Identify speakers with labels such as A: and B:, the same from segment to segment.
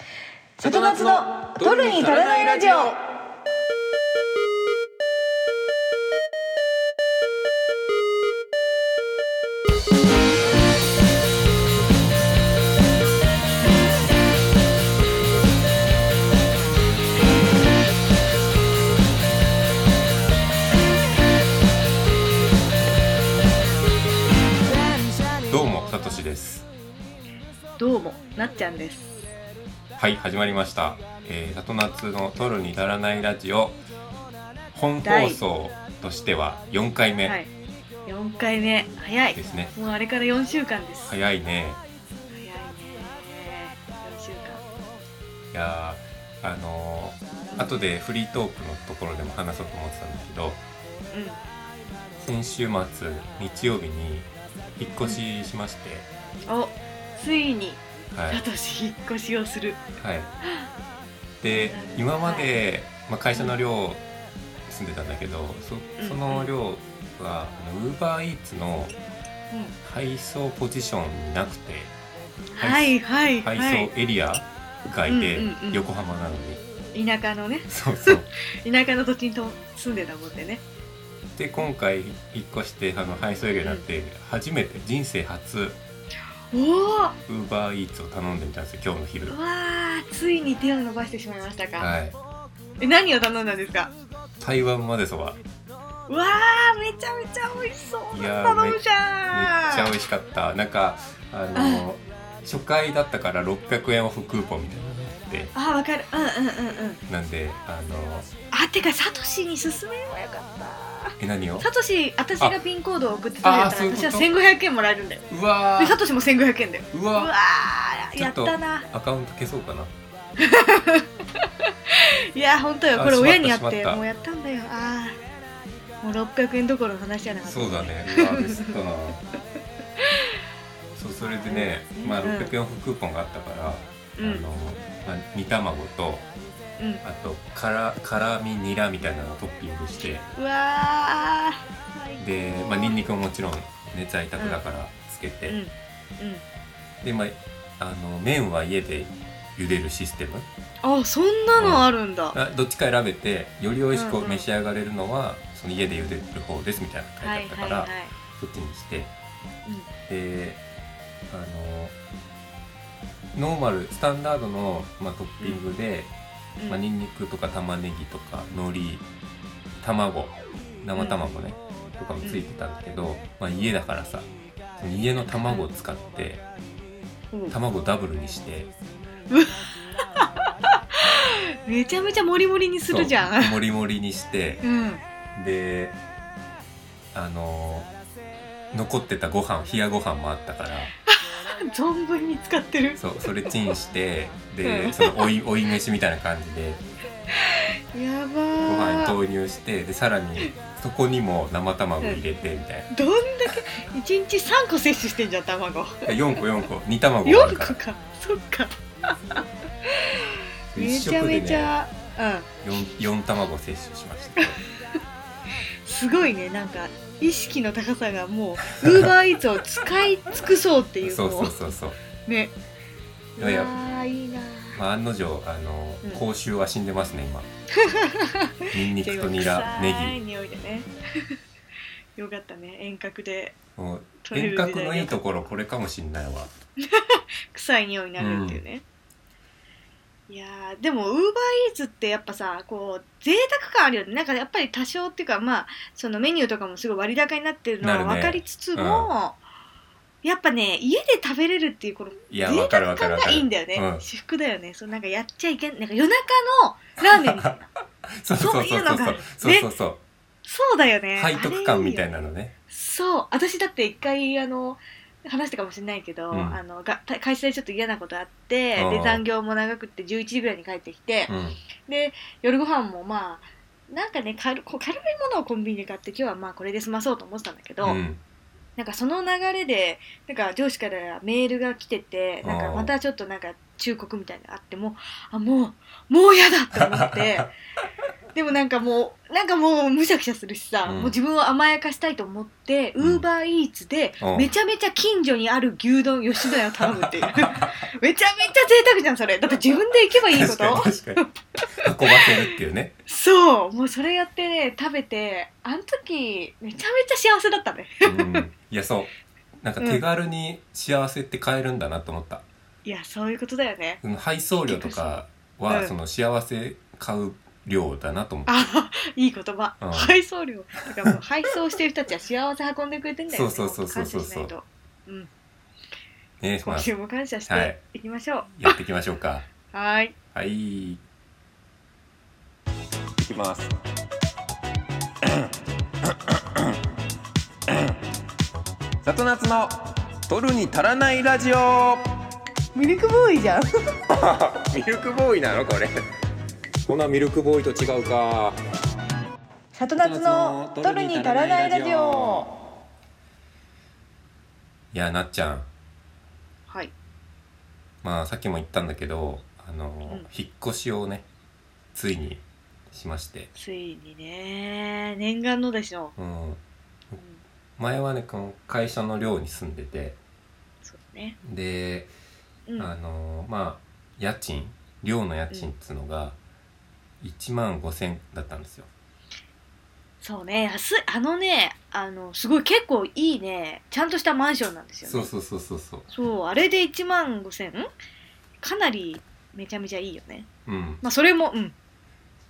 A: 里夏の取るに足らないラジオ
B: どうもさとしです
C: どうも、なっちゃんです。
B: はい始まりましたえー里夏の取るに足らないラジオ本放
C: 第
B: 送としては4回
C: は
B: 目
C: い。四回目、早い
B: で。すね、
C: もうあれから四週間です。い、
B: 早いね
C: 早いね。四週間。
B: いやーあのー後でフリートークのところでも話そうと思ってたんですけど
C: うん。
B: 先週末日曜日に引っ越ししまして、
C: お、ついに、
B: はい
C: さとし引っ越しをする。
B: はい、で今まで、まあ、会社の寮住んでたんだけどそその寮はウーバーイーツの
C: う
B: 配送ポジションになくて
C: ん。は
B: 配
C: いはい
B: 配
C: はい。
B: 送エリア外で
C: うんうんうん
B: 横浜なのに、
C: 田舎のね、
B: そうそう
C: 田舎の土地にと住んでたもんでね。
B: で今回引っ越してあの配送エリアになって初めて人生初
C: おお、わ
B: ウーバーイーツを頼んでみたんですよ今日の昼
C: あ、ついに手を伸ばしてしまいましたか。
B: はい
C: え、何を頼んだんですか。
B: 台湾までそばめっ
C: うわあ、めちゃめちゃ美味しそうだった
B: いやーめ
C: のじゃん。
B: ちゃ美味しかったなんかあの初回だったから600円オフクーポンみたいな
C: あ
B: のがあっ
C: ー、わかる。うんうんうんうん。
B: てなんであの
C: あてかサトシに勧めればよかっ
B: え何を
C: たサトシ私がピンコードを送ってくれた
B: ああ
C: ら
B: ーそういうこと
C: 私は1500円もらえるんだよ
B: うわ
C: でサ
B: ー
C: トシも1500円だよ
B: う
C: うわ
B: わ
C: ー
B: ちょ
C: や
B: っ
C: っ
B: と
C: たな
B: アカウント消そうかない
C: や本当よ
B: あ
C: これ親にやっ
B: しまったしてまった
C: もうやったんだよああもう600円どころの話じゃなかった
B: そうだねうわミスったなそうそれでね、まあ、
C: うん
B: 600円オフクーポンがあったから、
C: うん
B: あのまあ、煮卵と
C: うん
B: あとから辛みニラみたいなのをトッピングして
C: うわー
B: で、まあ、ニンニクももちろん、ね、在宅だからつけて、
C: うんうん
B: で、まあ、あの麺は家で茹でるシステム
C: あそんなのあるんだ、
B: あどっちか選べてより美味しく
C: うんうん
B: 召し上がれるのは、その家で茹でる方ですみたいなの書
C: は
B: いてあっ
C: い
B: たか
C: はい
B: ら、
C: はい
B: そっちにして、であのノーマルスタンダードの、まあ、トッピングで、
C: うん
B: まあ、ニンニクとか玉ねぎとか海苔卵生卵ね、とかもついてたんだけど、まあ、家だからさその家の卵を使って
C: うん
B: 卵ダブルにして
C: めちゃめちゃモリモリにするじゃん
B: そうもりもりにして
C: うん
B: であの残ってたご飯冷やご飯もあったから
C: 存分に使ってる
B: そうそれチンして
C: う
B: で
C: ん
B: その追い追い飯みたいな感じで
C: やば
B: ご飯に
C: ー
B: 投入してでさらにそこにも生卵入れてみたい
C: どんだけ一日三個摂取してんじゃん卵
B: なで4個4個煮卵もあ
C: 四
B: る
C: 個
B: から
C: かそっかめ
B: 一
C: ちゃ
B: 食で
C: めち
B: ね
C: ゃ、う
B: 4, 四卵摂取しま した
C: んすごいねなんか意識の高さがもうウーバーイーツを使い尽くそうっていう
B: そう
C: も
B: そうそうそう、
C: ね
B: いうや
C: わ
B: いや
C: ーいいなー
B: まあ、案の定あの
C: うん
B: 口臭は死んでますね 今ニンニクとニラ
C: じゃあ今臭い
B: ネ
C: 匂いでね よかったね遠隔で
B: ギもう
C: 取れ
B: 遠
C: る時代
B: 隔のいいところこれかもしんな いわ
C: 臭い匂いになるっていうね、いやーでもウーバーイーツってやっぱさこう贅沢感あるよねなんかやっぱり多少っていうかまあそのメニューとかもすごい割高になってるの
B: な
C: は
B: るね
C: 分かりつつも、やっぱね家で食べれるっていうこの
B: いやわ
C: 贅
B: かる
C: 沢
B: わかる
C: 感
B: わか
C: が
B: る
C: いいんだよね
B: うん
C: 私服だよねそうなんかやっちゃいけんなんか夜中のラーメン みたいな
B: そうそうそうそうそう
C: そういう
B: そうそうそう
C: そうだよね
B: 背徳感み
C: い
B: た
C: ない
B: なのね
C: そう私だって一回あの話したかもしれないけど、
B: うん
C: あのがた会社でちょっと嫌なことあって
B: うん
C: で残業も長くって11時ぐらいに帰ってきて、
B: うん
C: で夜ご飯もまあなんかね軽こう軽いものをコンビニで買って今日はまあこれで済まそうと思ってたんだけど、
B: ん、
C: なんかその流れでなんか上司からメールが来ててなんかまたち ょっとなんか忠告みたいなのがあってもうあもうもうやだって思ってでもなんかもうなんかもうむしゃくしゃするしさ、
B: うん
C: もう自分を甘やかしたいと思って
B: うん
C: ウーバーイーツで
B: うん
C: めちゃめちゃ近所にある牛丼吉野家を頼むっていう めちゃめちゃ贅沢じゃんそれだって自分で行けばいいこ
B: 確かに
C: と
B: 確かに運ばせるっていうね
C: そうもうそれやってね食べてあの時めちゃめちゃ幸せだったね
B: うんいやそうなんか手軽に幸せって買えるんだなと思った、
C: いやそういうことだよね
B: その配送料とか
C: う
B: は
C: ん
B: その幸せ買う量だなと思った、
C: あいい言葉、
B: うん
C: 配送料だからもう配送してる人たちは幸せ運んでくれてんだよね
B: そうそうそうそうそうそう
C: 本当感謝しないとうん
B: ねま
C: 今
B: あ、
C: 週も感謝し
B: はい
C: ていきましょう、
B: やっていきましょうか
C: はーい。
B: はい。いきます。里夏の取るに足らないラジオ。
A: ミルクボーイじゃん。
B: ミルクボーイなのこれ。こんなミルクボーイと違うか。
A: 里夏の取るに足らないラジオ。
B: いやなっちゃん、
C: はい。
B: まあさっきも言ったんだけど、あの、
C: ん
B: 引っ越しをねついにしまして、
C: ついにね、念願のでしょ
B: うん。前はねこの会社の寮に住んでて、
C: そうね。
B: で
C: うん。
B: あのまあ家賃寮の家賃っつうのが1万5,000だったんですよ。
C: そうね、安い。あのね、あの、すごい結構いいね、ちゃんとしたマンションなんですよね。
B: そうそうそうそうそう。
C: そうあれで1万5千んかなりめちゃめちゃいいよね。
B: うん、
C: まあ、それも、うん。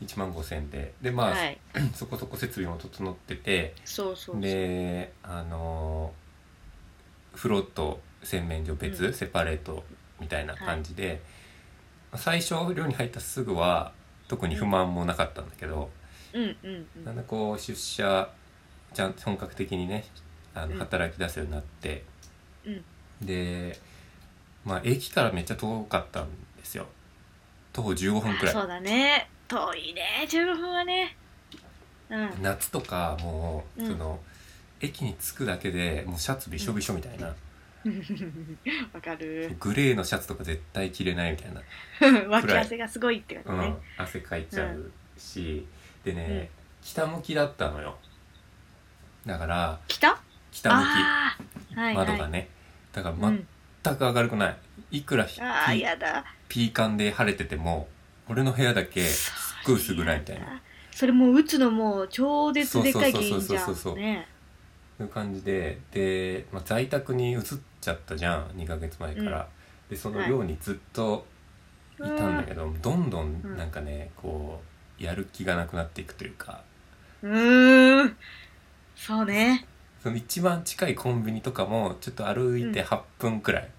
B: 1万5,000ででまあ、
C: はい。
B: そこそこ設備も整ってて
C: そうそうそう。
B: であの風呂と洗面所別、
C: うん
B: セパレートみたいな感じで、最初寮に入ったすぐは特に不満もなかったんだけど、
C: うんうんうん。
B: だんだんこう出社ちゃん本格的にねあ
C: う
B: の
C: ん
B: 働き出すようになって、
C: うん
B: で、まあ、駅からめっちゃ遠かったんですよ徒歩15分く
C: あ
B: ら
C: そう
B: い
C: だね。遠いね、15分はね。うん。
B: 夏とかもう、
C: うん
B: その駅に着くだけでもうシャツびしょびしょみたいな、
C: わかる。
B: グレーのシャツとか絶対着れないみたいな、
C: 脇汗がすごいって
B: う
C: 感
B: ん
C: じね。
B: 汗かいちゃうし、でね、
C: うん
B: 北向きだったのよだから
C: 北
B: 北向
C: あーはい
B: き
C: はい、
B: 窓がね、だから
C: うん
B: 全く明るくないいくらひ
C: ああ
B: ピ
C: やだ
B: ピーカンで晴れてても俺の部屋だけすっごい薄暗いみたいな
C: それもう打つのもう超絶でかい原因じゃ
B: そうそうそうそうそうそうん
C: ね
B: そういう感じでで、まあ、在宅に移っちゃったじゃん2ヶ月前から、でその寮にずっといたんだけど、どんどんなんかねこうやる気がなくなっていくというか
C: うーんそうね
B: その一番近いコンビニとかもちょっと歩いて
C: う
B: 8分くらい、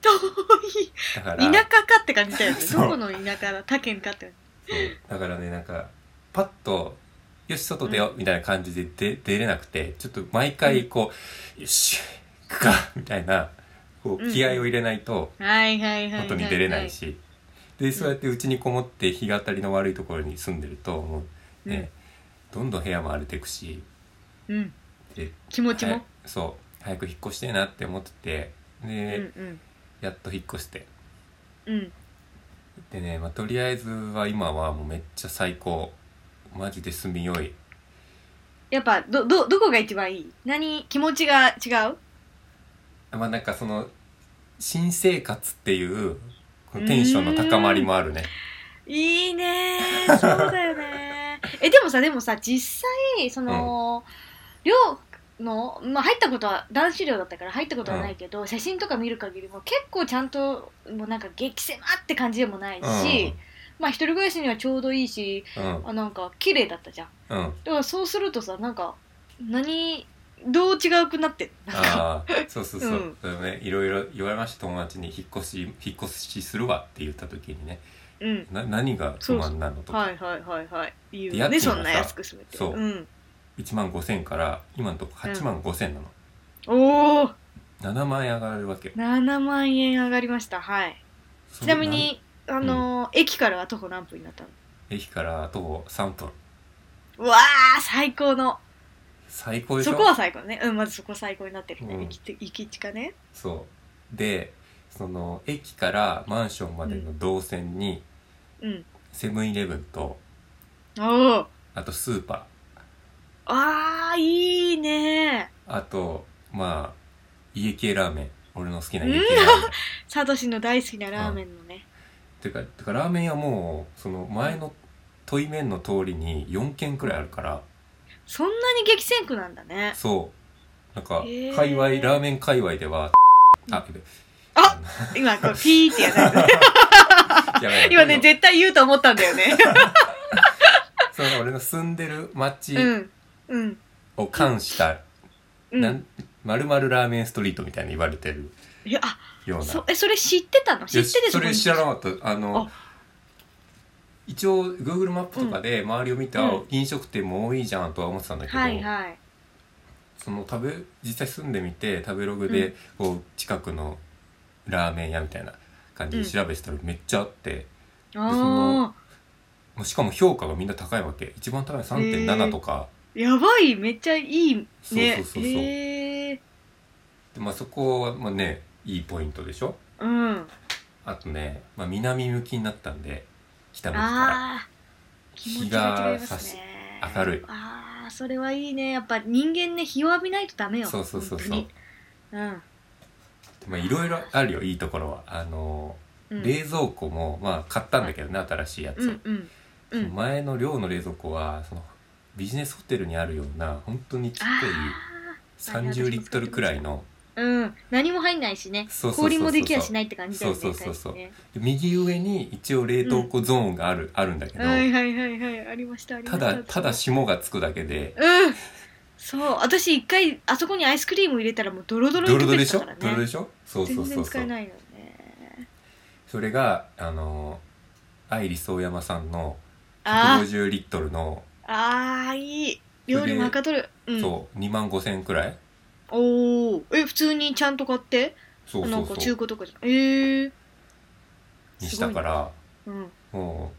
C: 遠い
B: だから
C: 田舎かって感じだよね
B: そう
C: どこの田舎だ他県かって
B: そうだからねなんかパッと「よし外出よう」みたいな感じで出出れなくてちょっと毎回こう「よし行くか」みたいなこ
C: う
B: うん気合を入れないと
C: はいはいはいはい、はい、
B: 外に出れないしでそうやってうちにこもって日当たりの悪いところに住んでるともうねどんどん部屋も荒れていくし
C: うん
B: で
C: 気持ちも、
B: はやそう早く引っ越してえなって思ってて
C: うん
B: で
C: うん
B: やっと引っ越して
C: うん
B: でね、まあ、とりあえずは今はもうめっちゃ最高マジで住みよい
C: やっぱどどどこが一番いい何気持ちが違う
B: まあなんかその新生活っていうこのテンションの高まりもあるね
C: いいねーそうだよね ーえでもさでもさ実際その、寮の、まあ、入ったことは男子寮だったから入ったことはないけど、写真とか見る限りも結構ちゃんともうなんか激狭って感じでもないし、まあ一人暮らしにはちょうどいいし
B: うんうん
C: あなんか綺麗だったじゃん
B: うんあ
C: だからそうするとさなんか何どう違うくなってんなんか
B: あーそうそうそう、
C: うん
B: それねいろいろ言われました友達に引っ越し引っ越しするわって言った時にね
C: うん
B: な何が不満なのとか
C: はいはいはいはいいい
B: で
C: よね
B: 家賃
C: そ
B: もさ
C: んな安く住めて、
B: そうん1万5,000から今のとこ8万5,000なの、
C: おお
B: 7万円上がるわけよ
C: 7万円上がりましたはいちなみに、あ
B: ん
C: のー駅からは徒歩何分になったの
B: その駅から徒歩3分
C: うわー最高の
B: 最高でしょ
C: そこは最高ねうんまずそこ最高になってるね、
B: うん
C: 行きて行き地かね
B: そうでその駅からマンションまでの動線に
C: うん
B: セブンイレブンと
C: おお
B: あとスーパ
C: あーいいね
B: ーあとまあ家系ラーメン俺の好きな家系ラーメン
C: サトシの大好きなラーメンのね、
B: てかてかラーメン屋もうその前の問い面の通りに4軒くらいあるから
C: そんなに激戦区なんだね
B: そうなんか
C: へー
B: 界隈ラーメン界隈ではあやべ
C: あ今こうピーってやったやつ
B: やばい
C: 今ね絶対言うと思ったんだよね
B: その俺の住んでる町
C: うんうん
B: を冠した、
C: う
B: なんんまるまるラーメンストリートみたいに言われてる
C: いやあ
B: ような
C: そえそれ知ってたの知って
B: いや
C: て
B: それ知らなかったあの
C: あ
B: 一応 Google マップとかで周りを見て、
C: うん
B: あ飲食店も多いじゃんとは思ってたんだけど、
C: はいはい
B: その食べ実際住んでみて食べログでこう近くのラーメン屋みたいな感じで調べてたらめっちゃあって、の
C: ああ
B: もうしかも評価がみんな高いわけ一番高いの3.7とか、
C: やばいめっちゃいいね
B: そうそうそうそう
C: へえ
B: でまあ、そこはまあねいいポイントでしょ
C: うん
B: あとね、まあ、南向きになったんで北向きか
C: ああ気持
B: 日
C: ちが違
B: が
C: い
B: 差
C: ま
B: し
C: すね
B: 明るい
C: ああそれはいいねやっぱ人間ね日を浴びないとダメよ
B: らそうそうそうそう
C: 本当にうん
B: でまあいろいろあるよいいところはあの
C: うん
B: 冷蔵庫も、まあ、買ったんだけどね新しいやつを、
C: うんうんうん
B: 前の寮の冷蔵庫はそのビジネスホテルにあるような本当にちっち
C: あ
B: ゃ
C: あ
B: い30リットルくらいの
C: あうん何も入んないしね
B: そうそうそうそ
C: 氷
B: う
C: もできやしないって感じだよね
B: そうそうそうそう
C: 大体ね
B: 右上に一応冷凍庫ゾーンがある,、あるんだけど、
C: はいはいはいはいありましたありま
B: た
C: した
B: だただ霜がつくだけで
C: うんそう私一回あそこにアイスクリーム入れたらもうドロドロ
B: ド
C: に
B: ロド
C: 溶
B: ロ
C: け
B: で
C: て
B: しょ
C: たから
B: ドロ
C: ね
B: ドロでしょそうそう
C: 全
B: そ
C: 然
B: う
C: 使
B: そ
C: え
B: う
C: ないよね
B: それがあのアイリス大山さんの
C: あー
B: 150リットルの、
C: あーいい料理もはかどるうん
B: そう2万5千くらい
C: おおえ普通にちゃんと買って
B: そう
C: な
B: そ
C: ん
B: う
C: か
B: そ
C: 中
B: う
C: 古とかじゃええー、
B: にしたから
C: うん
B: も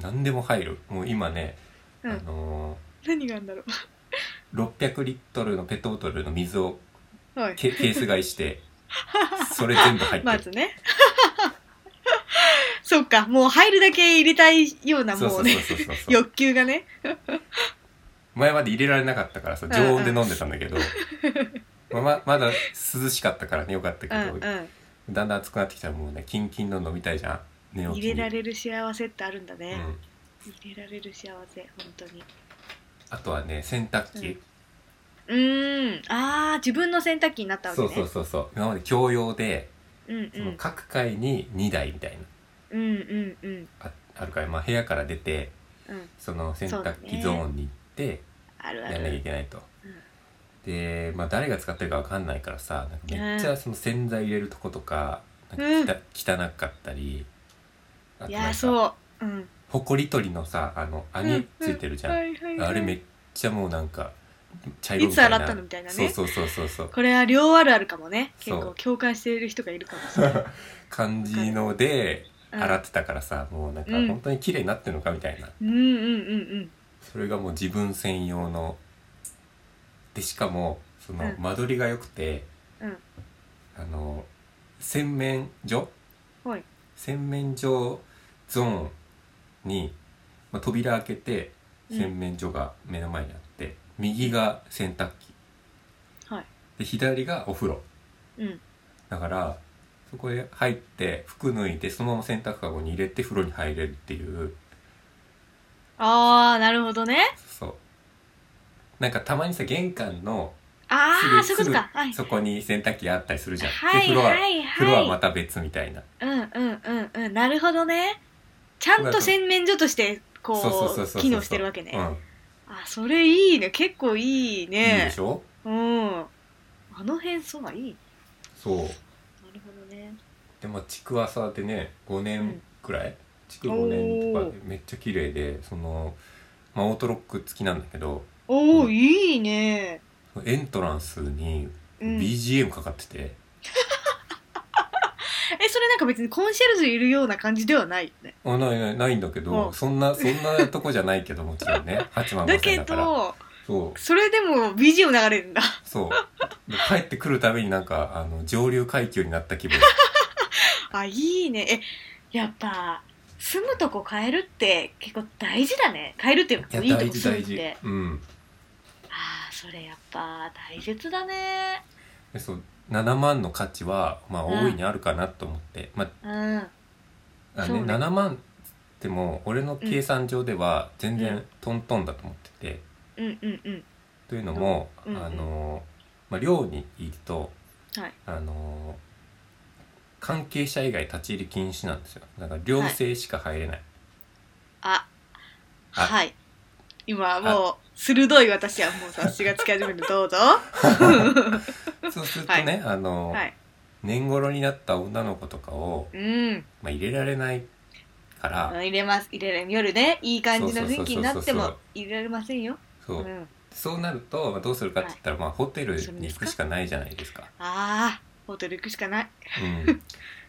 B: う何でも入るもう今ね、
C: うん
B: あの
C: 何があるんだろ
B: 600リットルのペットボトルの水を
C: うはい
B: ケ ケース買いしてそれ全部入って
C: ま
B: る
C: ずね そっかもう入るだけ入れたいような
B: そう
C: も
B: そううそう
C: ね
B: そうそうそう
C: 欲求がね
B: 前まで入れられなかったからさ
C: んうん
B: 常温で飲んでたんだけど、 まあままだ涼しかったからねよかったけ
C: うん
B: ど、
C: うん
B: だんだん暑くなってきたらもうねキンキンの飲みたいじゃん寝起きに
C: 入れられる幸せってあるんだ
B: う
C: ね、
B: ん、
C: 入れられる幸せ本当に
B: あとはね洗濯機、
C: うーんあー自分の洗濯機になったわけ
B: そ
C: ね
B: うそうそうそう今まで共用で、
C: うんうん
B: その各階に2台みたいな
C: うんうんうん
B: ああるから、まあ、部屋から出て
C: うん
B: その洗濯機ゾーンに行って
C: あるあ
B: やんなきゃい
C: る
B: けないと、
C: うん
B: で、まあ、誰が使ってるかわかんないからさなんかめっちゃその洗剤入れるとことかなんかきた、汚かったり
C: い
B: あとな
C: や
B: んか
C: そううん
B: ほこり取りのさあの網ついてるじゃん、
C: うはいはいはい
B: あれめっちゃもうなんか茶色み
C: いつ洗ったのみたいなね
B: そうそうそうそうそう
C: これは両あるあるかもね結
B: そ
C: 構
B: う
C: 共感している人がいるかもしれない、
B: 感じので
C: うん
B: 洗ってたからさ、もうなんか
C: うん
B: 本当に綺麗になってるのかみたいな、
C: うんうんうん
B: それがもう自分専用のでしかもその
C: うん
B: 間取りが良くて、
C: うん
B: あの洗面所
C: うんはい
B: 洗面所ゾーンに、まあ、扉開けて
C: うん
B: 洗面所が目の前にあって、右が洗濯機
C: はい
B: で左がお風呂
C: うん
B: だからそこへ入って服脱いでそのまま洗濯かごに入れて風呂に入れるっていう
C: ああなるほどね
B: そうなんかたまにさ玄関の
C: ああそう
B: す
C: いうこ
B: ぐ
C: とかはい
B: すぐそこに洗濯機あったりするじゃん、
C: はい
B: で風呂は、
C: はい
B: 風呂は
C: は
B: ま
C: い
B: た別みたいな
C: うんうんうんうんなるほどねちゃんと洗面所としてこ
B: そうそうそうそう
C: う
B: そう
C: 機能してるわけね、
B: うん
C: あそれいいね結構いい
B: いい
C: ね
B: でしょ
C: うんあの辺そうはいい
B: そう
C: なるほどね
B: でまあ築浅でね5
C: う
B: 年
C: ん
B: くらい築5年とかでめっちゃ綺麗でその、まあ、オートロック付きなんだけど
C: おお、
B: うん
C: いいね
B: エントランスに
C: うん
B: BGM かかってて、
C: えそれなんか別にコンシェルジュいるような感じではないよね
B: あないないないんだけど、
C: うん
B: そんなそんなとこじゃな いけどもちろんね8万
C: だ
B: 5
C: け
B: 千だから
C: ど
B: そう
C: それでも BGM 流れるん だ
B: そうで帰ってくるたびになんかあの上流階級になった気分
C: あいいねえやっぱ住むとこ変えるって結構大事だね変えるっていうか
B: や
C: いいとこ
B: 大事
C: 住む
B: 大
C: っ
B: 事
C: て
B: うん
C: ああそれやっぱ大切だね
B: でそう7万の価値はまあ大いにあるかなと思って、ま
C: うん
B: ああ
C: そう
B: ね
C: ね
B: 7万でも俺の計算上では全
C: う
B: 然トントンだと思ってて、
C: うんうんうん
B: というのも、
C: うんうん
B: あの、まあ、寮にいると、
C: はい
B: あの関係者以外立ち入り禁止なんですよだから寮生しか入れない、
C: あ
B: あ
C: はい今もう鋭い私はもう察しがつき始 めるどうぞ
B: そうするとね、
C: は
B: あの、
C: はい
B: 年頃になった女の子とかを、
C: うん
B: まあ、入れられないから、
C: 入れます入れれ夜ねいい感じの雰囲気になって
B: そうそうそうそう
C: も
B: そう
C: 入れられませんよ
B: そううんそうなるとまあどうするかって言ったら、まあ、ホテルに行くしかないじゃな いですか。
C: ああホテル行くしかない
B: うん、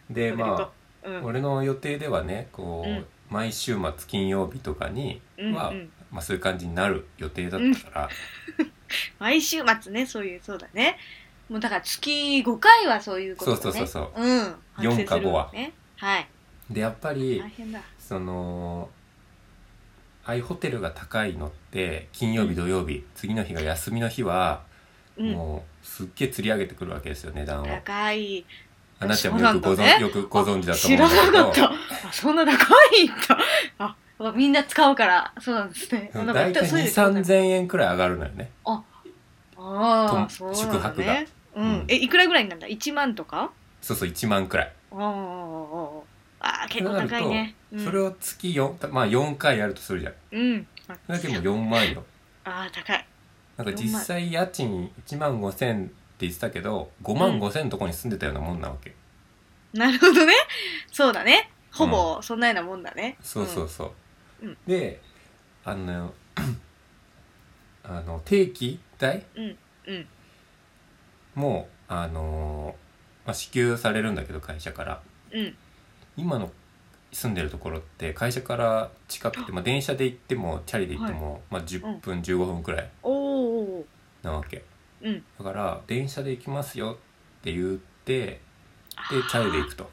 B: で
C: ホテル行こ
B: ま
C: う
B: あ
C: うん
B: 俺の予定ではねこう、
C: うん
B: 毎週末金曜日とかに
C: うん
B: は、
C: うん
B: まあ、そういう感じになる予定だったから、
C: 毎週末ねそういうそうだねもうだから月5回はそういうことだね
B: そうそうそう
C: う、ん、
B: 4か5は
C: ねはい
B: でやっぱり
C: 大変だ
B: そのああいうホテルが高いのって金曜日土曜日、次の日が休みの日は、
C: うん
B: もうすっげえ釣り上げてくるわけですよ値段を。
C: 高い
B: あなたもよくご
C: そうなんだ
B: 存
C: ね
B: よくご存知だと
C: 知
B: 思う
C: らなんか
B: だ
C: っ
B: けど
C: たあそんな高いんだあみんな使うからそうなんですね
B: うん大体2 3 0 0 0円くらい上がるのよね。
C: ああ
B: と
C: そうなんだ、ね、
B: 宿泊が
C: うん、
B: うん
C: えいくらぐらいになるんだ1万とか
B: そうそう1万くらい。
C: ああああ結構高いね
B: それ
C: を
B: を月4まあ4回やるとするじゃん。
C: うん
B: それだけでも4 万よ。
C: ああ高い
B: なんか実際家賃1万5千って言ってたけど5万5千のとこに住んでたようなもんなわけ。
C: なるほどねそうだねほぼそんなようなもんだね、
B: そうそううそう。
C: うん
B: であのあの定期代
C: んうん
B: もあの、まあ、支給されるんだけど会社から。
C: うん
B: 今の住んでるところって会社から近くて、まあ、電車で行ってもチャリで行っても、まあ、10分15分くらい
C: おお
B: なわけ
C: うん
B: だから電車で行きますよって言ってでチャリで行くと、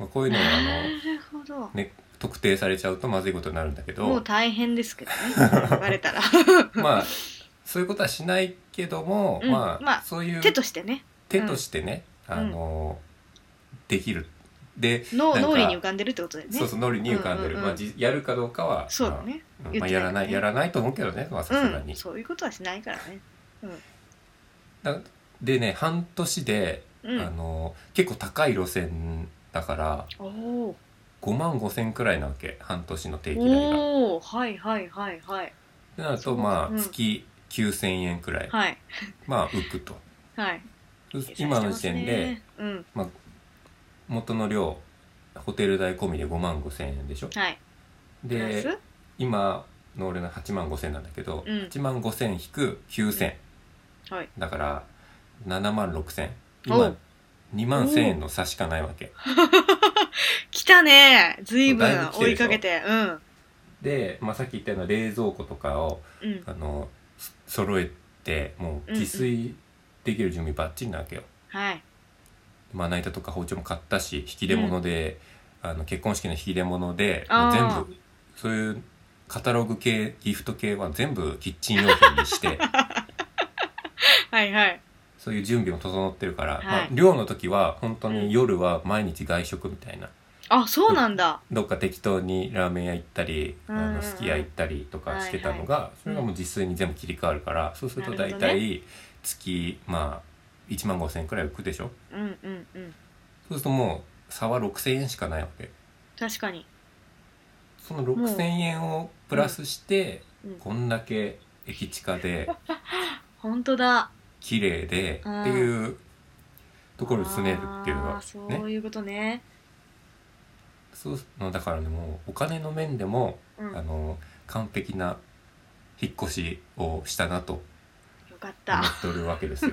B: まあ、こういうのがあ
C: な
B: の、
C: るほど
B: ね、特定されちゃうとまずいことになるんだけ
C: もう
B: ど
C: 大変です けどね言われたら
B: まあそういうことはしないけども、
C: うん
B: まあ、
C: まあ
B: そういう
C: 手としてね
B: 手としてね、あのできるで、
C: 脳
B: なんか
C: 脳裏に浮かんでるってことだよね
B: そうそう脳裏に浮かんでる、
C: うんうんうん
B: まあ、じやるかどうかは
C: そう
B: ま
C: だ
B: あ
C: ね
B: うん
C: 言
B: ま
C: っ
B: あ、
C: てたよね
B: やらないやらないと思うけどねまあさすが
C: う
B: に
C: ん、、そういうことはしないからね
B: だでね半年で、
C: う
B: あ
C: ん
B: の結構高い路線だから
C: おお
B: 5万5千くらいなわけ半年の定期代が。っ
C: おおはいはいはいはい
B: てなる
C: そ
B: と
C: うか
B: ま
C: う
B: あ
C: ん
B: 月9千円くらい、
C: はい
B: まあ浮くと
C: はい
B: 今の時点で
C: うん
B: 元の量ホテル代込みで5万5千円でしょ
C: はいプラ
B: で
C: ス
B: 今の俺の8万5千なんだけど、
C: うん
B: 8万5千引く9千、
C: はい
B: だから7万6千
C: お
B: 今
C: う
B: 2万1000円の差しかないわけ
C: 来たねずいぶ
B: だい
C: ん
B: ぶ来て
C: 追
B: る
C: い
B: でしょ
C: かけてうん
B: で、まあ、さっき言ったような冷蔵庫とかを
C: うん
B: あのそ揃えても
C: うん
B: う
C: うん
B: 自炊できる準備ばっちりなわけよ、
C: はい
B: まな板とか包丁も買ったし引き出物で、あの結婚式の引き出物で
C: あ
B: もう全
C: ー
B: 部そういうカタログ系ギフト系は全部キッチン用品にして
C: はいはい
B: そういう準備も整ってるから、
C: はい
B: まあ、寮の時は本当に夜は毎日外食みたいな
C: あそうなんだ
B: どっか適当にラーメン屋行ったり、
C: うんうん
B: あ
C: うん
B: のすき家行ったりとかしてたのが、それがもう実際に全部切り替わるから、そうすると
C: なる
B: 大
C: ほどね
B: 体月、まあ1万5千円くらい浮くでしょ
C: うんうんうん
B: そうするともう差は6千円しかないわけ
C: 確かに
B: その6千円をプラスして、
C: うんうん
B: こんだけ駅地下 で
C: 本当だ
B: 綺麗で
C: うん
B: っていうところに住めるっていうの
C: あ
B: が
C: ーそ
B: ね
C: ういうことね
B: そうのだからねもうお金の面でも、
C: うん
B: あの完璧な引っ越しをしたなと
C: よかった
B: 思っておるわけです よ。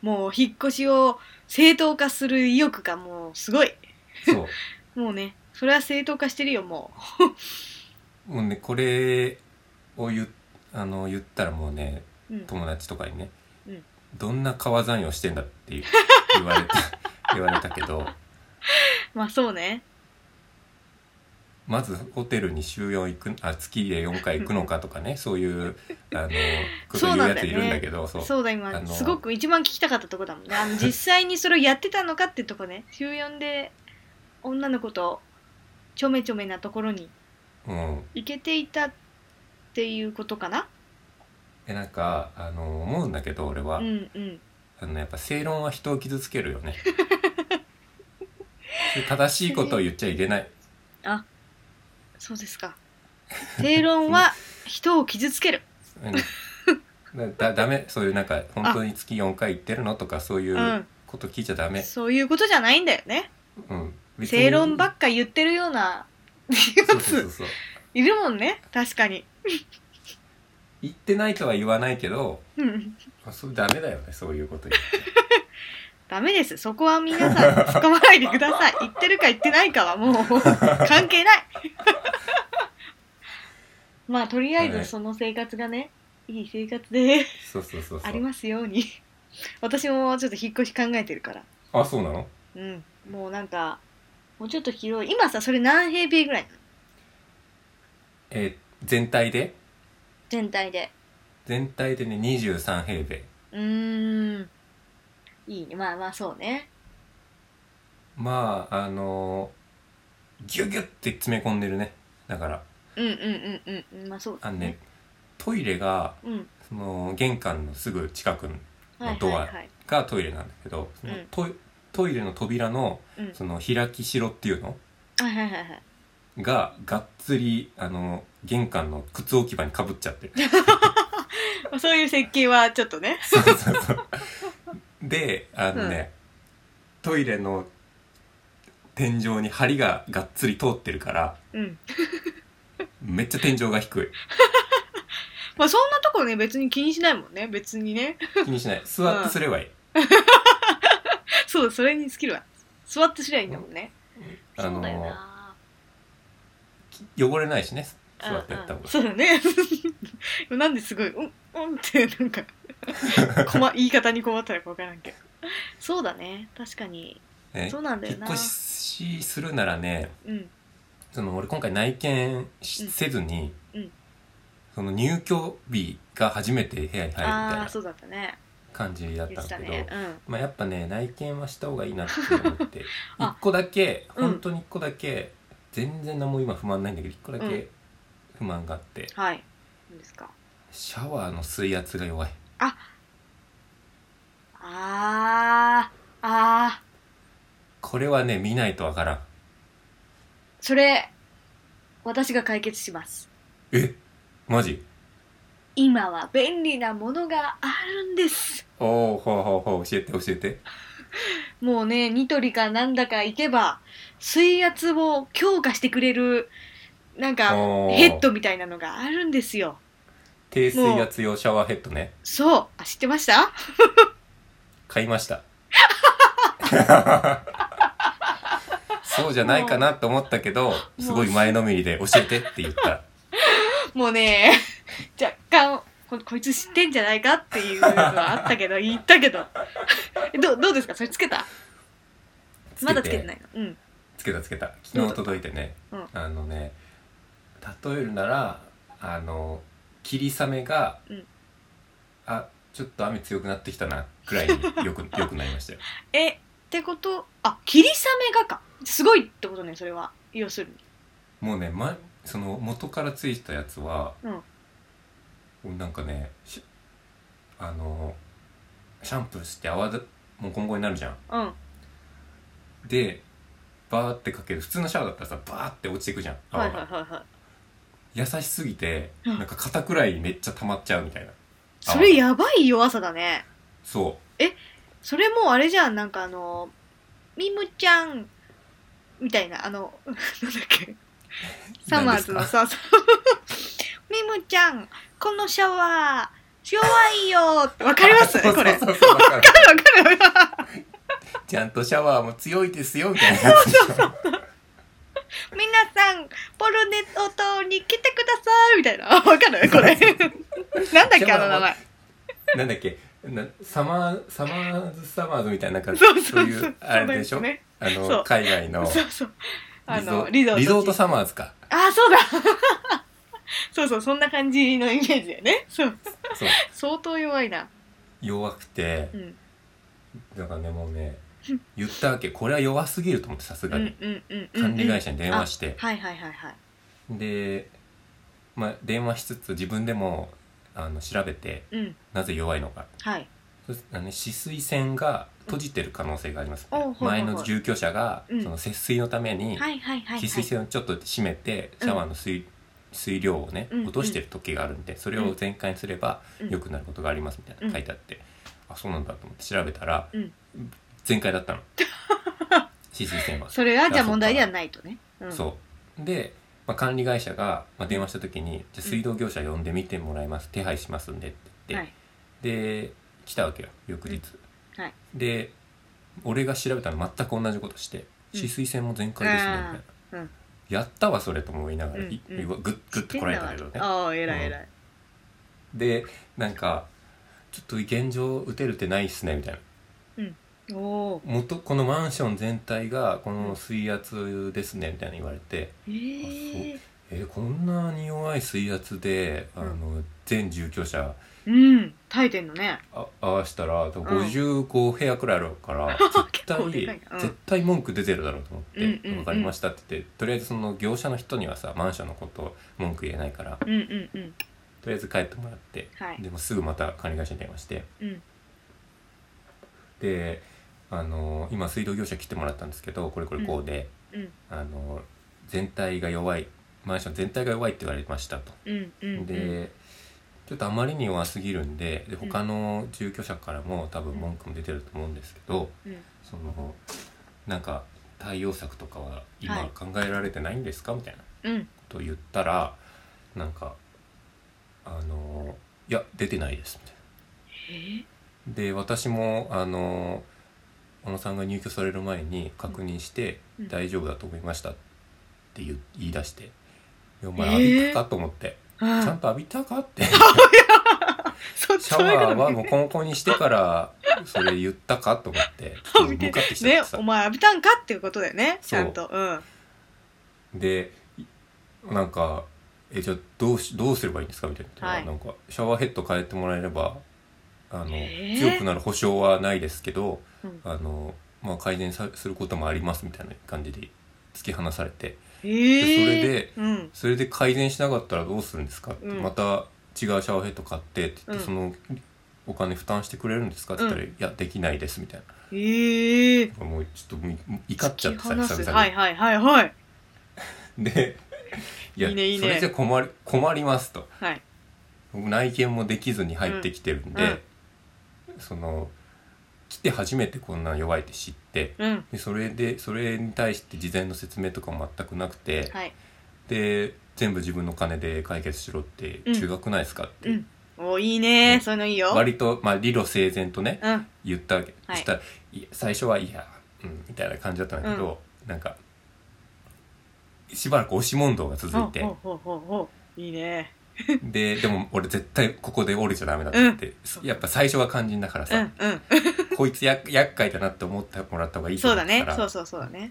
C: もう引っ越しを正当化する意欲がもうすごい
B: そう
C: もうねそれは正当化してるよも
B: もうねこれを言っあの言ったらもうね
C: う、うん、
B: 友達とかにね、
C: うん
B: どんな川山用してんだって いう言われた言われたけど
C: まあそうね
B: まずホテルに週4行くあ月で4回行くのかと かねそういうあのこと
C: そう
B: 言う
C: なん
B: や
C: だよね
B: ついるんだけどそう
C: そうだ今
B: あの
C: すごく一番聞きたかったとこだもんねあ の実際にそれをやってたのかってとこね週4で女の子とちょめちょめなところに
B: うん、
C: 行けていたっていうことかな
B: でなんかあの思うんだけど俺は、
C: うんうん
B: あのやっぱ正論は人を傷つけるよね 正しいことを言っちゃいけ ない
C: そうですか正論は人を傷つける
B: うんだだめそういうなんか本当に月4回行ってるのとか そういううんこと聞いちゃダメ、
C: そういうことじゃないんだよね
B: うん、別に
C: 正論ばっか言ってるような
B: そ
C: や
B: うそうそう
C: つ
B: そう
C: いるもんね確かに
B: 言ってないとは言わないけど
C: うん
B: まあそれダメだよねそういうこと言って
C: ダメですそこは皆さん 突っ込まないでください言ってるか言ってないかはもう関係ない まあとりあえ
B: は
C: ず
B: い
C: その生活がねいい生活で
B: そうそうそうそ
C: あり
B: う
C: ますように私もちょっと引っ越し考えてるから
B: あそうなの
C: うんもうなんかもうちょっと広い今さそれ何平米ぐらいなの
B: えー全体で
C: 全体で
B: 全体でね23平米
C: うーんいいねまあまあそうね
B: まああのーギュギュって詰め込んでるねだから
C: うんうんうんうんうんまあそう
B: あ
C: だ
B: のねトイレが
C: うん
B: その玄関のすぐ近く
C: はい
B: ドア
C: はいはい
B: がトイレなんだけどその
C: うん
B: トイトイレの扉の
C: うん
B: その開きしろっていうの
C: はいはいはいはい
B: ががっつりあの玄関の靴置き場にかぶっちゃってる
C: まあそういう設計はちょっとね
B: そうそうそうであのね、トイレの天井に梁ががっつり通ってるから
C: うん
B: めっちゃ天井が低い
C: まあそんなとこね別に気にしないもんね別にね
B: 気にしない座ってすればいい、
C: そうそれに尽きるわ座ってすりゃいいんだもんね、
B: あ
C: そうだよ
B: の
C: な
B: 汚れないしね座ってやった
C: う
B: 方
C: んうん
B: が
C: そうだね なんですごい「うんうん」ってなん か困言い方に困ったらか分からんけどそうだね確かに
B: ね
C: そうなんだよ
B: 引
C: な
B: っ越しするならね
C: うん
B: その俺今回内見し
C: うん
B: せずに、
C: うん
B: その入居日が初めて部屋に入るみたい
C: ああ
B: な
C: そうだったね
B: 感じだっ
C: 言
B: た
C: っ
B: ん
C: て
B: だ
C: た
B: けど、
C: ねうん
B: まあ、やっぱね内見はした方がいいなって思 って
C: あ
B: 一個だけ
C: うん
B: 本当に一個だけ、全然何も今不満ないんだけど一個だ
C: う
B: け
C: ん
B: 不満があって、
C: はい何ですか
B: シャワーの水圧が弱い
C: あーあー
B: これはね見ないとわからん
C: それ私が解決します
B: えマジ
C: 今は便利なものがあるんです
B: おおほうほうほう教えて教えて
C: もうねニトリかなんだか行けば水圧を強化してくれるなんか
B: おー
C: ヘッドみたいなのがあるんですよ
B: 低水圧用シャワーヘッドね
C: そうあ知ってました
B: 買いましたそうじゃないかなと思ったけど
C: う
B: すごい前のめりで教えてって言った
C: もうね 若干ここいつ知ってんじゃないかっていうのはあった けど言ったけどどどうですかそれつけた まだつけてないのうん
B: つけたつけた昨日届いてね、
C: うん
B: あのね例えるならあの霧雨が、
C: うん
B: あちょっと雨強くなってきたなぐらいによくよくなりましたよ
C: えってことあ霧雨がかすごいってことねそれは要するに
B: もうね、ま、その元からついてたやつは、なんかねしあのシャンプーして泡だもこもこになるじゃん
C: うん
B: でバーってかける普通のシャワーだったらさバーって落ちていくじゃん泡
C: は
B: が、
C: いはいはいはい
B: 優しすぎて
C: うん
B: なんか肩くらいにめっちゃ溜まっちゃうみたいな
C: それやばい弱さだね
B: そう
C: それもうあれじゃんなんかあのみむちゃんみたいなあの なんだっけサマーズのささみむちゃんこのシャワー弱いよってわかります
B: そうそう
C: これ わ
B: そ
C: か
B: うそうわかる
C: るわかる
B: ちゃんとシャワーも強いですよみたいなやつ
C: 皆さんポルネットに来てくださいみたいなわかるこれなんだっけあの名前
B: なんだっけなサマーサマーズサマーズみたいななんか
C: そうそう
B: い
C: そう
B: うあれでしょ
C: そうですね
B: あ
C: そ
B: の
C: う
B: 海外の
C: そうそうあの
B: リ
C: リ
B: ゾ
C: ゾ
B: リゾー
C: ー
B: ト
C: ト地
B: サマーズか
C: あそうだ そうそうそんな感じのイメージだよねそう
B: そう
C: 相当弱いな
B: 弱くて
C: うん
B: だからねもうね言ったわけこれは弱すぎると思ってさす
C: うん
B: が
C: う
B: に、
C: んうんうんうん
B: 管理会社に電話して、
C: はいはいはいはい
B: で、まあ、電話しつつ自分でもあの調べて
C: うん
B: なぜ弱いのか
C: はい
B: そしあの止水栓が閉じてる可能性があります、
C: うんおうほうほう
B: 前の住居者が、
C: うん
B: その節水のために
C: はいはいはいはい
B: 止水栓をちょっと閉めて、
C: うん
B: シャワーの水水量をね
C: うん
B: 落としてる時があるんで、それを全開にすれば
C: うん
B: 良くなることがありますみたいな、
C: うん
B: 書いてあってあそうなんだと思って調べたら、
C: うん
B: 全開 だったの止水栓は。
C: それはじゃあ問題ではないとねうん
B: そうで、まあ、管理会社が、まあ、電話した時に「じゃあ水道業者呼んでみてもらいます手配しますんで」って言
C: は
B: っ
C: い
B: て、で来たわけよ翌日、
C: うんはい
B: で俺が調べたの全く同じことして「
C: うん
B: 止水栓も全開ですね」みたいな、
C: あーうん
B: やったわそれ」とも言いながら、
C: うん
B: い
C: うん
B: うわグッグッとこられたけどね
C: ああ偉い偉い
B: でなんか「ちょっと現状打てる手ないっすね」みたいな
C: おおー
B: 元このマンション全体がこの水圧ですねみたいな言われて、
C: ええ
B: えーこんなに弱い水圧であの、全住居者
C: うん耐えてんのね
B: あ合わせたら多分55部屋くらいあるから、 絶対
C: 構でかいなうん
B: 絶対文句出てるだろうと思って「
C: うんうんうん
B: 分かりました」って言ってとりあえずその業者の人にはさマンションのこと文句言えないから
C: うんうんうん
B: とりあえず帰ってもらって、
C: はい
B: でもすぐまた管理会社に電話して
C: うん
B: であの今水道業者来てもらったんですけどこれこれこうで、
C: うん
B: あの全体が弱いマンション全体が弱いって言われましたと。
C: うんうん
B: でちょっとあまりに弱すぎるんでで他の住居者からも多分文句も出てると思うんですけど、
C: うん
B: そのなんか対応策とかは
C: は
B: 今
C: い
B: 考えられてないんですかみたいなこ
C: うん
B: とを言ったらなんか「あのいや出てないです」みたい
C: え
B: な。で私もあの小野さんが入居される前に確認して「
C: うん
B: 大丈夫だと思いました」って言う言い出して「いやお前
C: えー
B: 浴びたか?」と思って「
C: あ
B: ちゃんと浴びたか?」って。
C: そ
B: シャ
C: そういうこと
B: ワー
C: ね
B: はもうコンコンにしてからそれ言ったかと思ってちょっと向かってきちゃ
C: ね
B: って、さ
C: お前浴びたんかっていうことだよねち
B: そう
C: ゃんとうん
B: でいなんか「えじゃあどうしどうすればいいんですか?」みたいな,、
C: はい
B: なんかシャワーヘッド変えてもらえればあの、
C: えー
B: 強くなる保証はないですけど、
C: うん
B: あのまあ、改善さすることもありますみたいな感じで突き放されて
C: えー、
B: それで
C: うん
B: それで改善しなかったらどうするんですかって、
C: うん
B: また違うシャワーヘッド買ってって言って、
C: うん
B: そのお金負担してくれるんですかって言ったら「いやできないです」みたいな。
C: えー、
B: もうちょっともう怒っちゃってさ
C: 突き放す
B: 久々
C: は
B: に、
C: いはいはいはい
B: でいや
C: いいねいいね
B: それじゃ困り困りますと
C: はい
B: 僕内見もできずに入ってきてるんで、その来て初めてこんな弱いって知って
C: うん
B: でそれでそれに対して事前の説明とかも全くなくて、
C: はい
B: で全部自分の金で解決しろって
C: うん
B: 中学ないですかって、
C: うんおいいね、
B: うん
C: そういうのいいよ
B: 割と、まあ、理路整然とね、
C: うん
B: 言ったわけ、
C: はい
B: そしたらいや最初はいや、うん、みたいな感じだったんだけど、なんかしばらく押し問答が続いて
C: ほうほうほうほういいね
B: ででも俺絶対ここで折れちゃダメだって、やっぱ最初は肝心だから
C: う
B: さ
C: ん、うん
B: こいつや厄介だなって思ってもらった方がいいと
C: そう
B: 思
C: だ
B: っ
C: ね
B: たから
C: そうそうそうだね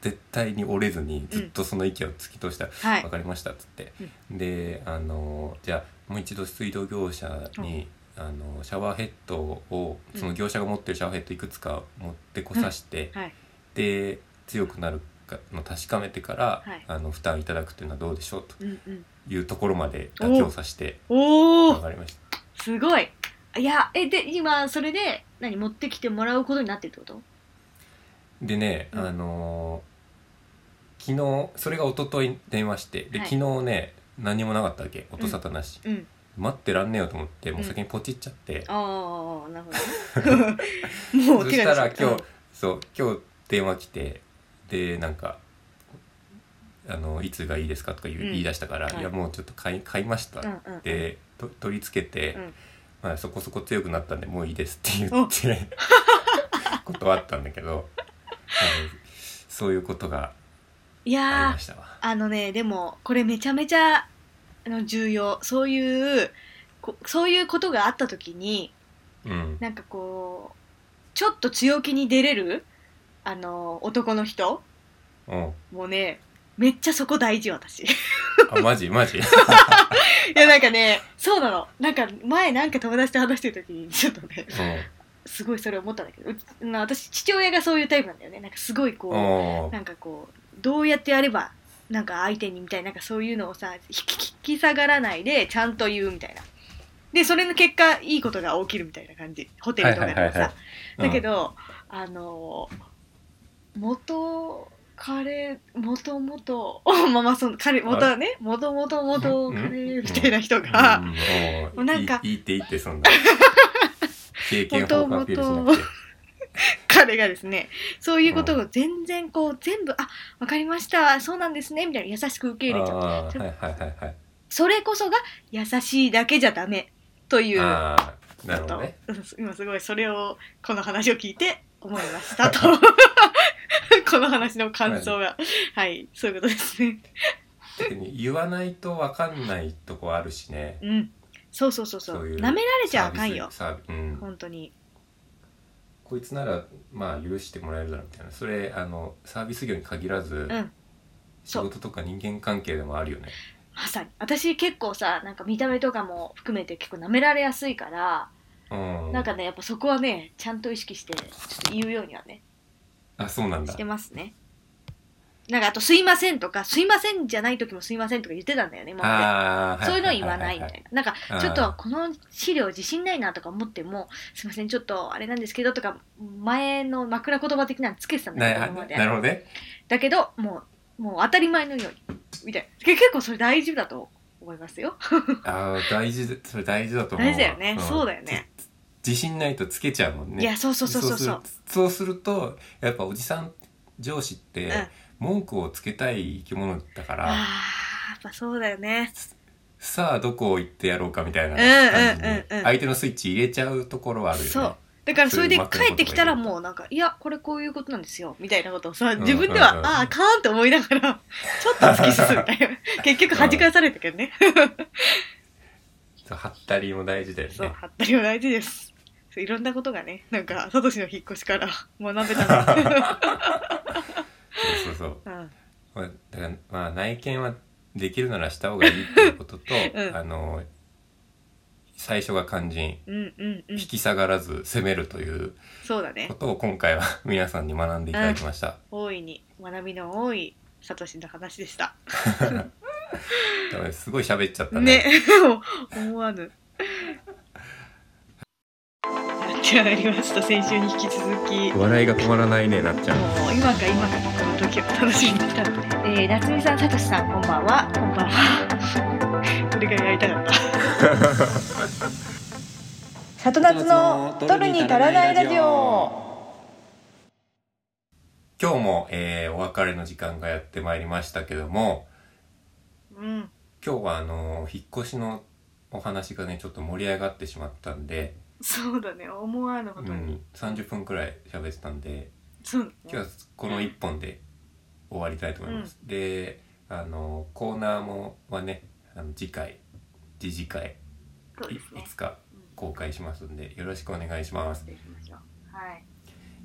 B: 絶対に折れずにずっとその意見を突き通したら「
C: はい
B: 分かりました」っつって、であのじゃあもう一度水道業者に、あのシャワーヘッドをその業者が持ってるシャワーヘッドいくつか持ってこさして、
C: はい
B: で強くなるかの確かめてから、
C: はい
B: あの負担いただくというのはどうでしょうと
C: うんうん
B: いうところまで妥協させて
C: お
B: 分
C: お
B: かりました
C: すごいいやえで今それで何持ってきてもらうことになってるってこと
B: でね、
C: うん
B: あのー昨日それが一昨日電話してで、
C: はい
B: 昨日ね何もなかったわけ音沙汰なし、
C: うん
B: 待ってらんねえよと思ってもう先にポチっちゃって、
C: ああなるほどね もう
B: そ
C: 手が出
B: した
C: ちゃ
B: ら
C: っ
B: 今日、そう今日電話来てでなんかあの「いつがいいですか?」とか言,、
C: うん
B: 言い出したから「
C: はい
B: い、やもうちょっと買い買いました」
C: うんうんうん
B: でと取り付けて、
C: うん
B: まあ、そこそこ強くなったんでもういいですって言って 断ったんだけどあのそういうことが
C: い
B: あり
C: や
B: ま
C: ー
B: したわ。
C: あのねでもこれめちゃめちゃあの重要そういうこそういうことがあった時に
B: うん、
C: なんかこうちょっと強気に出れるあの男の人
B: うん
C: もうねめっちゃそこ大事私い
B: あマジ マジ
C: やなんかね そうなのなんか前なんか友達と話してる時にちょっとねすごいそれ思ったんだけどうちまあ私父親がそういうタイプなんだよねなんかすごいこ
B: う
C: うん
B: おー
C: なんかこうどうやってやればなんか相手にみたいななんかそういうのをさ引き引き下がらないでちゃんと言うみたいなでそれの結果いいことが起きるみたいな感じホテルとかでもさ、
B: はいはいはいはい
C: だけど、あの元彼元元 まあまあその彼元はね元元元彼みたいな人
B: う
C: が
B: んうんおー
C: なんか
B: いいいいっていいってそんな経験豊富アピールしなくて
C: 彼がですねそういうことを全然こう全部あわかりましたそうなんですねみたいな優しく受け入れちゃう
B: あーはいはいはいはい
C: それこそが優しいだけじゃダメという
B: ああな
C: ちょっ
B: るほ
C: と
B: どね
C: うん 今すごいそれをこの話を聞いて思いました とこの話の感想がはいそういうことですね
B: 特に言わないとわかんないとこあるしね
C: うんそうそうそうそ
B: そうういう
C: なめられちゃあかんよ
B: サービスサービスうん
C: 本当に
B: こいつならまあ許してもらえるだろうみたいなそれあのサービス業に限らず、
C: ん
B: 仕
C: そう
B: 事とか人間関係でもあるよね
C: まさに私結構さなんか見た目とかも含めて結構なめられやすいから
B: うん
C: なんかねやっぱそこはねちゃんと意識してちょっと言うようにはね
B: あそうなんだ
C: してますねなんかあと「すいません」とか「すいません」じゃない時も「すいません」とか言ってたんだよね今まで
B: ああ
C: そういうのは言わないみたいな。なんか、ちょっと
B: あ
C: この資料自信ないなとか思っても、すいません、ちょっとあれなんですけどとか、前の枕言葉的なのつけてたん
B: ーな
C: だけど、
B: な
C: 今まで
B: なるほどね
C: だけど、もう、もう当たり前のように。みたいな。け結構それ大事だと思いますよ。
B: ああ大事でそれ大事だと思う
C: 大事だよね。
B: ん
C: そうだよね。
B: 自信ないとつけちゃうもんね
C: いや、そうそうそうそうそう。
B: そうするそうするとやっぱおじさん上司っ
C: う
B: て
C: ん。あ
B: 文句をつけたい生き物だから、
C: あー、やっぱそうだよね。
B: さあどこを行ってやろうかみたいな
C: うん
B: 感
C: うん
B: じ
C: うんうん
B: に相手のスイッチ入れちゃうところはあるよね
C: そうだからそれで
B: そういう枕言葉
C: 帰ってきたら
B: がいい
C: もうなんか、いや、これこういうことなんですよ、みたいなことをさ、
B: ん
C: 自分では、
B: うんうん
C: ああ、かーんって思いながら、ちょっと突き進むみたい な。結局弾かされたけどね。
B: そうハッタリも大事だよ
C: そう、
B: ね
C: はったりは大事です。そういろんなことがね、なんか、サトシの引っ越しから学べたん で。
B: そうそうそう
C: うん、
B: まあだからまあ内見はできるならした方がいいっていうことと、
C: うん
B: あの最初が肝心
C: うん、うん、うん
B: 引。き下がらず攻めるという
C: そうだ
B: こ
C: ね。
B: とを今回は 皆さんに学んでいただきました、
C: 大いに、学びの多いサトシの話でした。
B: だからすごい喋っちゃったね
C: ね、 思わぬ。やってまいりました。先週に引き続き。もう
B: 笑いが止まらないねなっちゃん
C: 今か今かこの時を楽しみにしたので、えー、夏美さん、サトシさん、こんばんは。こんばんは。これがやりたか った。
A: 里夏の取るに足らないラジオ
B: 今日も、えーお別れの時間がやってまいりましたけども
C: うん。
B: 今日はあのー引っ越しのお話がねちょっと盛り上がってしまったんで、
C: そうだね。思わぬこ
B: う
C: とに。
B: ん、30分くらい喋ってたんで
C: そう
B: 今日はこの1本で終わりたいと思います、であのコーナーもはねあの次回次次回
C: そう
B: い
C: です
B: い
C: ね。
B: つか公開しますんでよろしくお願いします
C: していきましょう。はい。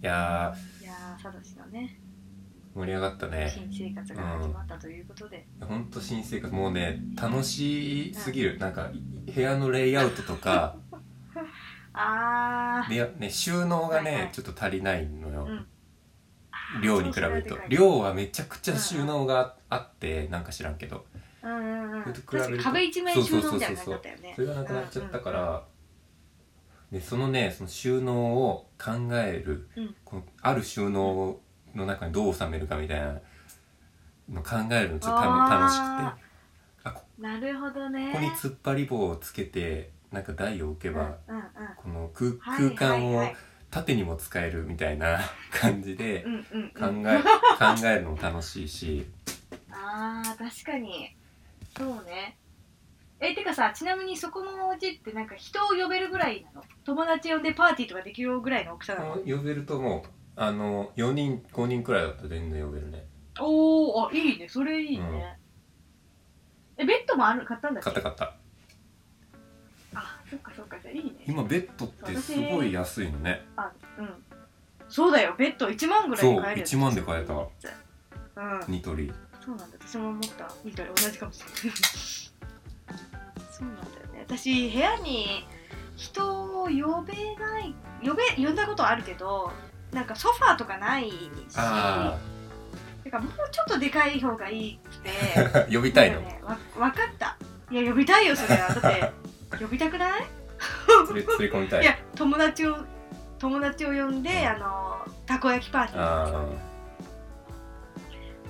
B: いや
C: いやー、サトシのね、
B: ー盛り上がったね
C: 新生活が始まったということで、
B: ほんと新生活もうね楽しすぎるなんかい部屋のレイアウトと か
C: あー、
B: でやね、収納がね、
C: はいはい
B: ちょっと足りないのよ、
C: うん
B: 量に比べると
C: そうそれはでかい
B: 量はめちゃくちゃ収納がああってなんか知らんけど
C: うんうんうん、
B: それと比
C: 確
B: べる
C: か
B: と
C: に壁一面収納みたいな感じだったよね。
B: それがなくなっちゃったか
C: うんうん
B: ら、でそのねその収納を考える、
C: うん
B: このある収納の中にどう収めるかみたいなの考えるのちょっと楽楽し
C: あ
B: くてあこ
C: なるほどね。
B: こに突っ張り棒をつけてなんか台を置け
C: け
B: ば、
C: うんうんうん
B: この空
C: はいはいはい
B: 空間を縦にも使えるみたいな感じで
C: うんうん
B: 考え,、
C: うん、
B: 考えるのも楽しいし
C: あー、確かに。そうね。え、てかさ、ちなみにそこのお家ってなんか人を呼べるぐらいなの友達呼んでパーティーとかできるぐらいの大きさなの、
B: 呼べるともうあの4人5人くらいだったら全然呼べるね
C: おー、あ、いいね。それいいね。え、ベッドもある買ったんだっけ
B: 買った買った
C: あ、そっかそっか、じゃあいいね。
B: 今ベッドってすごい安いのね
C: あ、うん。そうだよ、ベッド1万ぐらいで買えるよね
B: そう1万で買えた
C: うん。
B: ニトリ
C: そうなんだ私も思ったみたい同じかもしれない そうなんだよね私部屋に人を呼べない呼べ呼んだことあるけどなんかソファーとかないし
B: あ
C: てかもうちょっとでかい方がいいくて
B: あ呼びたいの
C: なんかね、わ分かったいや呼びたいよそれはだって呼びたくない
B: 連れ連れ込みた
C: い
B: い
C: や友達を友達を呼んで、あのたこ焼きパーティー
B: あ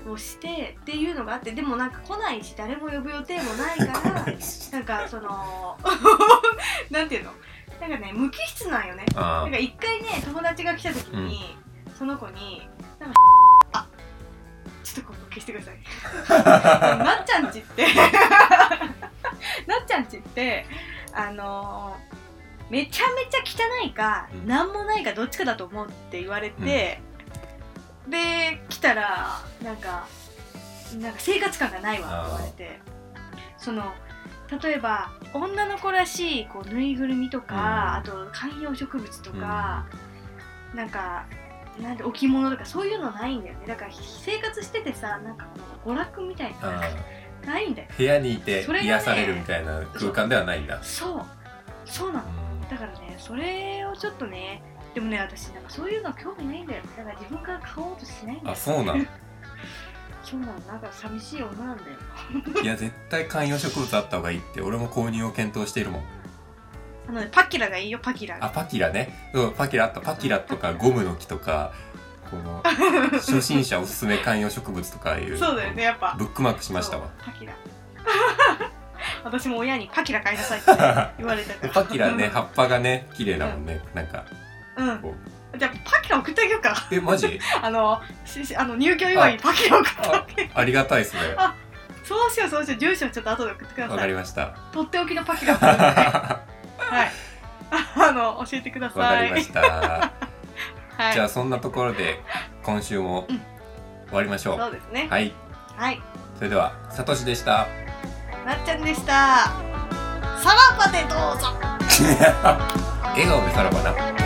C: をしてっていうのがあってでもなんか来ないし誰も呼ぶ予定もないから なんかその なんていうのなんかね無機質なんよね
B: あああ
C: なんか一回ね友達が来た時に、その子になんかあちょっとここ消してください なっちゃんちって なっちゃんちってあのーめちゃめちゃ汚いか、
B: うん
C: なんもないかどっちかだと思うって言われて、で来たらなんかなんか生活感がないわって言われてその例えば女の子らしいこうぬいぐるみとか、あと観葉植物とか、なんかなんて置物とかそういうのないんだよねだから生活しててさなんかこう娯楽みたいなのが
B: あ
C: ないんだよ
B: 部屋にいて
C: それがね
B: 癒されるみたいな空間ではないんだ
C: そうそうな
B: う
C: の
B: ん
C: だからねそれをちょっとねでもね私なんかそういうの興味ないんだよだから自分から買おうとしないんだよ
B: あそうなん
C: そうなのなんか寂しい女なんだよ
B: いや絶対観葉植物あった方がいいって俺も購入を検討しているもん
C: あのねパキラがいいよパキラ
B: あパキラねそうパキラあったパキラとかゴムの木とかこの初心者おすすめ観葉植物とかい う
C: そうだよねやっぱ
B: ブックマークしましたわ
C: そうパキラ 私も親にパキラ買いなさいって言われたか
B: で
C: ら
B: パキラ ね葉っぱがね綺麗だもんねなんか
C: うん
B: こ
C: じゃあパキラ送ってあげようか
B: えマジ
C: あのししあの入居祝いにパキラ送ってあげよ
B: ありがたいっすね
C: あうそうしようそうしよう住所ちょっと後で送ってくだ
B: わ
C: さ
B: かり
C: い
B: ました
C: とっておきのパキラ送ってください
B: わ
C: はいあの教えてくだ
B: か
C: さい
B: りました
C: はい
B: じゃあそんなところで今週も
C: うん
B: 終わりましょ
C: そう
B: う
C: ですね
B: はい
C: はい
B: それではさとしで した
C: なっちゃんでしたさらばでどうぞ
B: 笑顔でさらばな